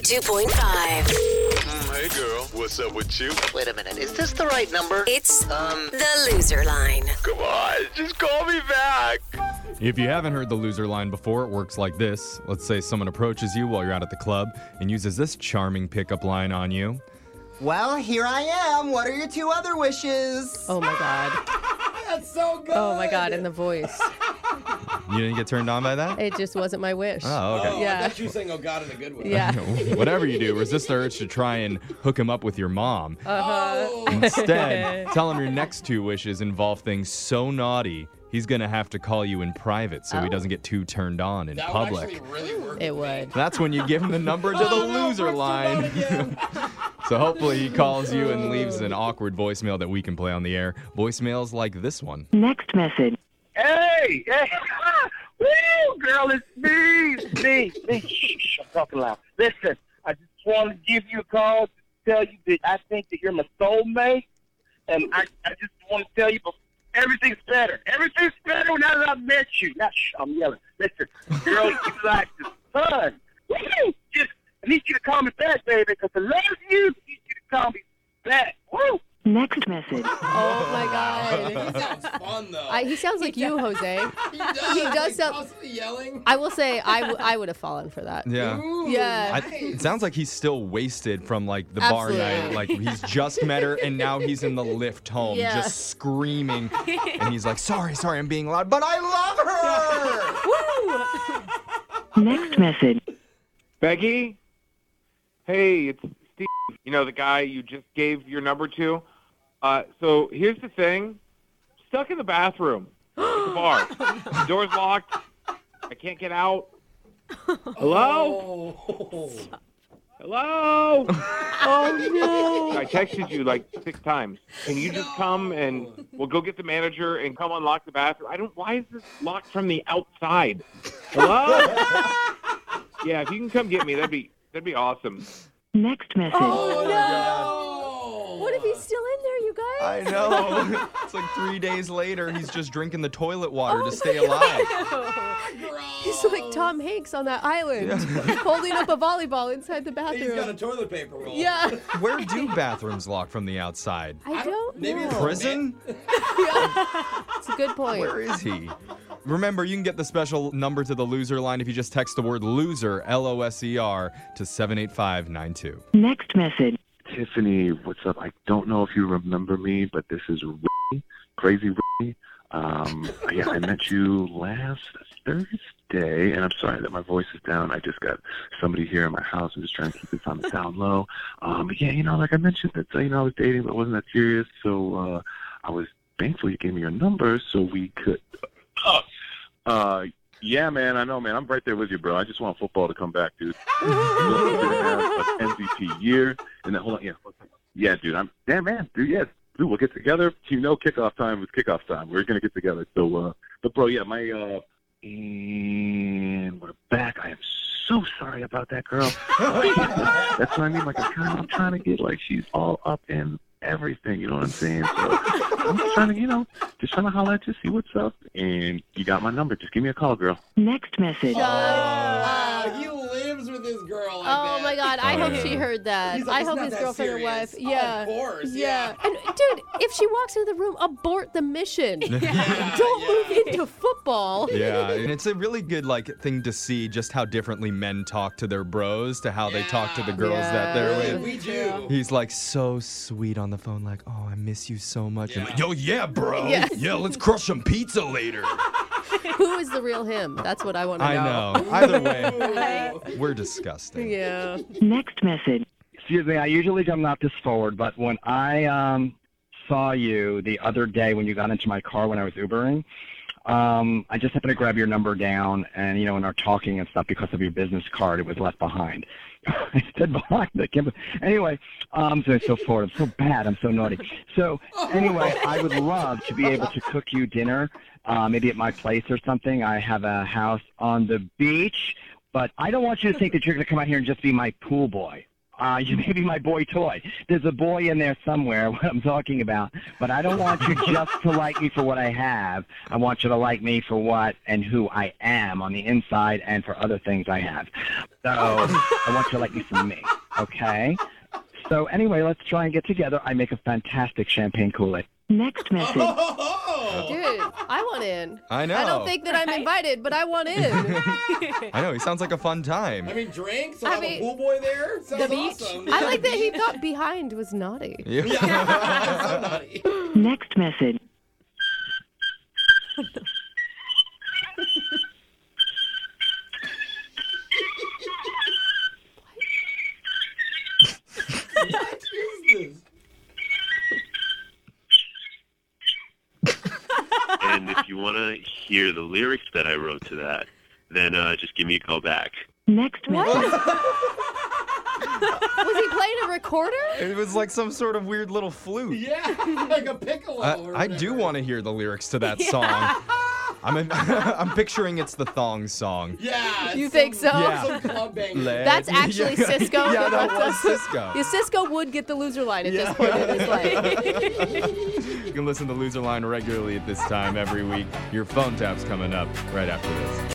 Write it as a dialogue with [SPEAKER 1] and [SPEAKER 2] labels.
[SPEAKER 1] 92.5.
[SPEAKER 2] Mm, hey girl, what's up with you?
[SPEAKER 3] Wait a minute, is this the right number?
[SPEAKER 1] It's
[SPEAKER 3] Um,
[SPEAKER 1] the loser line.
[SPEAKER 2] Come on, just call me back.
[SPEAKER 4] If you haven't heard the loser line before, it works like this. Let's say someone approaches you while you're out at the club and uses this charming pickup line on you.
[SPEAKER 5] Well, here I am. What are your two other wishes?
[SPEAKER 6] Oh my god. That's so good. Oh my god, and the voice.
[SPEAKER 4] You didn't get turned on by that?
[SPEAKER 6] It just wasn't my wish.
[SPEAKER 4] Oh, okay.
[SPEAKER 6] Yeah.
[SPEAKER 7] I thought you saying "Oh God" in a good way.
[SPEAKER 6] Yeah.
[SPEAKER 4] Whatever you do, resist the urge to try and hook him up with your mom.
[SPEAKER 7] Oh.
[SPEAKER 4] Instead, tell him your next two wishes involve things so naughty, he's going to have to call you in private so he doesn't get too turned on in
[SPEAKER 7] Oh. That would
[SPEAKER 4] public.
[SPEAKER 7] actually really work.
[SPEAKER 6] It would.
[SPEAKER 4] That's when you give him the number to the
[SPEAKER 6] Oh,
[SPEAKER 4] loser line. so hopefully he calls you and leaves
[SPEAKER 6] Oh.
[SPEAKER 4] an awkward voicemail that we can play on the air. Voicemails like this one.
[SPEAKER 8] Next message.
[SPEAKER 9] Hey, hey, woo, girl, it's me, me, me. Shh, shh, I'm talking loud. Listen, I just want to give you a call to tell you that I think that you're my soulmate, and I, I just want to tell you, but everything's better. Everything's better now that I've met you. Now, shh, I'm yelling. Listen, girl, you like the sun. Woo, just I need you to call me back, baby, because I love you. I need you to call me back. Woo.
[SPEAKER 8] Next message.
[SPEAKER 6] Oh my god.
[SPEAKER 7] Sounds fun though.
[SPEAKER 6] I, he sounds like you, Jose.
[SPEAKER 7] he does.
[SPEAKER 6] he does
[SPEAKER 7] like,
[SPEAKER 6] sound-
[SPEAKER 7] constantly yelling.
[SPEAKER 6] I will say I, w- I would have fallen for that.
[SPEAKER 4] Yeah. I,
[SPEAKER 6] Yeah.
[SPEAKER 4] it sounds like he's still wasted from like the bar night.
[SPEAKER 6] Absolutely.
[SPEAKER 4] Like he's just met her and now he's in the lift home
[SPEAKER 6] Yeah.
[SPEAKER 4] just screaming. and he's like, sorry, sorry, I'm being loud, but I love her.
[SPEAKER 8] Next message.
[SPEAKER 9] Becky? Hey, it's Steve. You know, the guy you just gave your number to? Uh, so here's the thing stuck in the bathroom at the bar. The door's locked. I can't get out. Hello?
[SPEAKER 7] Oh.
[SPEAKER 9] Hello? Oh, no. I texted you like six times. Can you just come and we'll go get the manager and come unlock the bathroom? I don't, why is this locked from the outside? Hello? yeah, if you can come get me, that'd be, that'd be awesome.
[SPEAKER 8] Next message.
[SPEAKER 7] no.
[SPEAKER 6] What if he's still in there, you guys?
[SPEAKER 4] I know. it's like three days later, he's just drinking the toilet water
[SPEAKER 6] Oh
[SPEAKER 4] to stay alive.
[SPEAKER 6] He's like Tom Hanks on that island, holding up a volleyball inside the
[SPEAKER 7] He's got a
[SPEAKER 6] bathroom.
[SPEAKER 7] toilet paper roll.
[SPEAKER 6] Yeah.
[SPEAKER 4] Where do bathrooms lock from the outside?
[SPEAKER 6] I don't
[SPEAKER 7] maybe it's
[SPEAKER 6] know.
[SPEAKER 7] Chris-
[SPEAKER 4] Prison?
[SPEAKER 6] It's a good point.
[SPEAKER 4] Where is he? Remember, you can get the special number to the loser line if you just text the word loser, L O S E R, to 78592.
[SPEAKER 8] Next message.
[SPEAKER 9] Tiffany, what's up? I don't know if you remember me, but this is Ricky, crazy Ricky. Um, yeah, I met you last Thursday, and I'm sorry that my voice is down. I just got somebody here in my house. I'm just trying to keep this on the down low. Um, but yeah, you know, like I mentioned, that you know I was dating, but it wasn't that serious. So uh, I was thankful you gave me your number so we could. Uh, uh, yeah, man, I know, man. I'm right there with you, bro. I just want football to come back, dude. We're gonna have an MVP year. And then hold on, yeah, hold on. yeah, dude, I'm damn man, dude, yes, dude, we'll get together. You know, kickoff time was kickoff time. We're gonna get together. So, uh, but bro, yeah, my uh, and we're back. I am so sorry about that girl. That's what I mean. Like I'm trying, I'm trying to get like she's all up in everything. You know what I'm saying? So I'm just trying to, you know, just trying to holler at you, see what's up, and you got my number. Just give me a call, girl.
[SPEAKER 8] Next message.
[SPEAKER 5] Uh,
[SPEAKER 6] Uh,
[SPEAKER 7] Wow, Uh, he lives with this girl. I
[SPEAKER 6] Oh my god, I hope she heard that.
[SPEAKER 7] He's like,
[SPEAKER 6] I
[SPEAKER 7] "It's
[SPEAKER 6] hope
[SPEAKER 7] not
[SPEAKER 6] his
[SPEAKER 7] that
[SPEAKER 6] girlfriend or
[SPEAKER 7] serious."
[SPEAKER 6] wife.
[SPEAKER 7] Oh, of
[SPEAKER 6] Yeah.
[SPEAKER 7] course,
[SPEAKER 6] And dude, if she walks into the room, abort the mission. Don't move into football.
[SPEAKER 4] Yeah, and it's a really good like thing to see just how differently men talk to their bros to how they talk to the girls that they're
[SPEAKER 6] Yeah.
[SPEAKER 7] bet.
[SPEAKER 4] with.
[SPEAKER 7] We do.
[SPEAKER 4] He's like so sweet on the phone, like, oh, I miss you so much. And
[SPEAKER 7] Yeah.
[SPEAKER 4] like, Yo, yeah, bro.
[SPEAKER 6] Yeah.
[SPEAKER 4] let's crush some pizza later.
[SPEAKER 6] Who is the real him? That's what I want to
[SPEAKER 4] I
[SPEAKER 6] know.
[SPEAKER 4] know. Either way, we're disgusting.
[SPEAKER 6] Yeah.
[SPEAKER 8] Next message.
[SPEAKER 10] excuse me, I usually am not this forward, but when I um, saw you the other day when you got into my car when I was Ubering, um, I just happened to grab your number down and, you know, in our talking and stuff because of your business card, it was left behind. I said behind. I can't be- anyway, um, so, so forward. I'm so bad. I'm so naughty. So anyway, I would love to be able to cook you dinner, uh, maybe at my place or something. I have a house on the beach, but I don't want you to think that you're going to come out here and just be my pool boy. Uh, you may be my boy toy. There's a boy in there somewhere, what I'm talking about. But I don't want you just to like me for what I have. I want you to like me for what and who I am on the inside and for other things I have. So I want you to like me for me, okay? So anyway, let's try and get together. I make a fantastic champagne Kool-Aid.
[SPEAKER 8] Next message.
[SPEAKER 7] Oh,
[SPEAKER 6] Dude, I want in.
[SPEAKER 4] I know.
[SPEAKER 6] I don't think that I'm
[SPEAKER 1] Right?
[SPEAKER 6] invited, but I want in.
[SPEAKER 4] I know. He sounds like a fun time.
[SPEAKER 7] I mean, drinks. I'll
[SPEAKER 6] I
[SPEAKER 7] have
[SPEAKER 6] mean,
[SPEAKER 7] a pool boy there. Sounds
[SPEAKER 1] beach.
[SPEAKER 7] awesome.
[SPEAKER 6] I like that he thought behind was naughty.
[SPEAKER 7] yeah, so naughty.
[SPEAKER 8] Next message.
[SPEAKER 7] What is this?
[SPEAKER 9] and if you want to hear the lyrics that I wrote to that, then uh, just give me a call back.
[SPEAKER 8] Next
[SPEAKER 6] What?
[SPEAKER 8] message.
[SPEAKER 6] Was he playing a recorder?
[SPEAKER 4] It was like some sort of weird little flute.
[SPEAKER 7] Yeah, like a piccolo.
[SPEAKER 4] I-
[SPEAKER 7] or
[SPEAKER 4] I do
[SPEAKER 7] whatever.
[SPEAKER 4] want to hear the lyrics to that song. I'm, I'm picturing it's the thong song.
[SPEAKER 7] Yeah.
[SPEAKER 6] You
[SPEAKER 7] it's
[SPEAKER 6] think
[SPEAKER 7] some-
[SPEAKER 6] so?
[SPEAKER 4] Yeah.
[SPEAKER 7] Some club banger.
[SPEAKER 6] That's actually
[SPEAKER 4] yeah.
[SPEAKER 6] Cisco.
[SPEAKER 4] Yeah, that was Cisco.
[SPEAKER 6] Yeah, Cisco would get the loser line at this point in his life.
[SPEAKER 4] You can listen to Loser Line regularly at this time every week. Your phone tap's coming up right after this.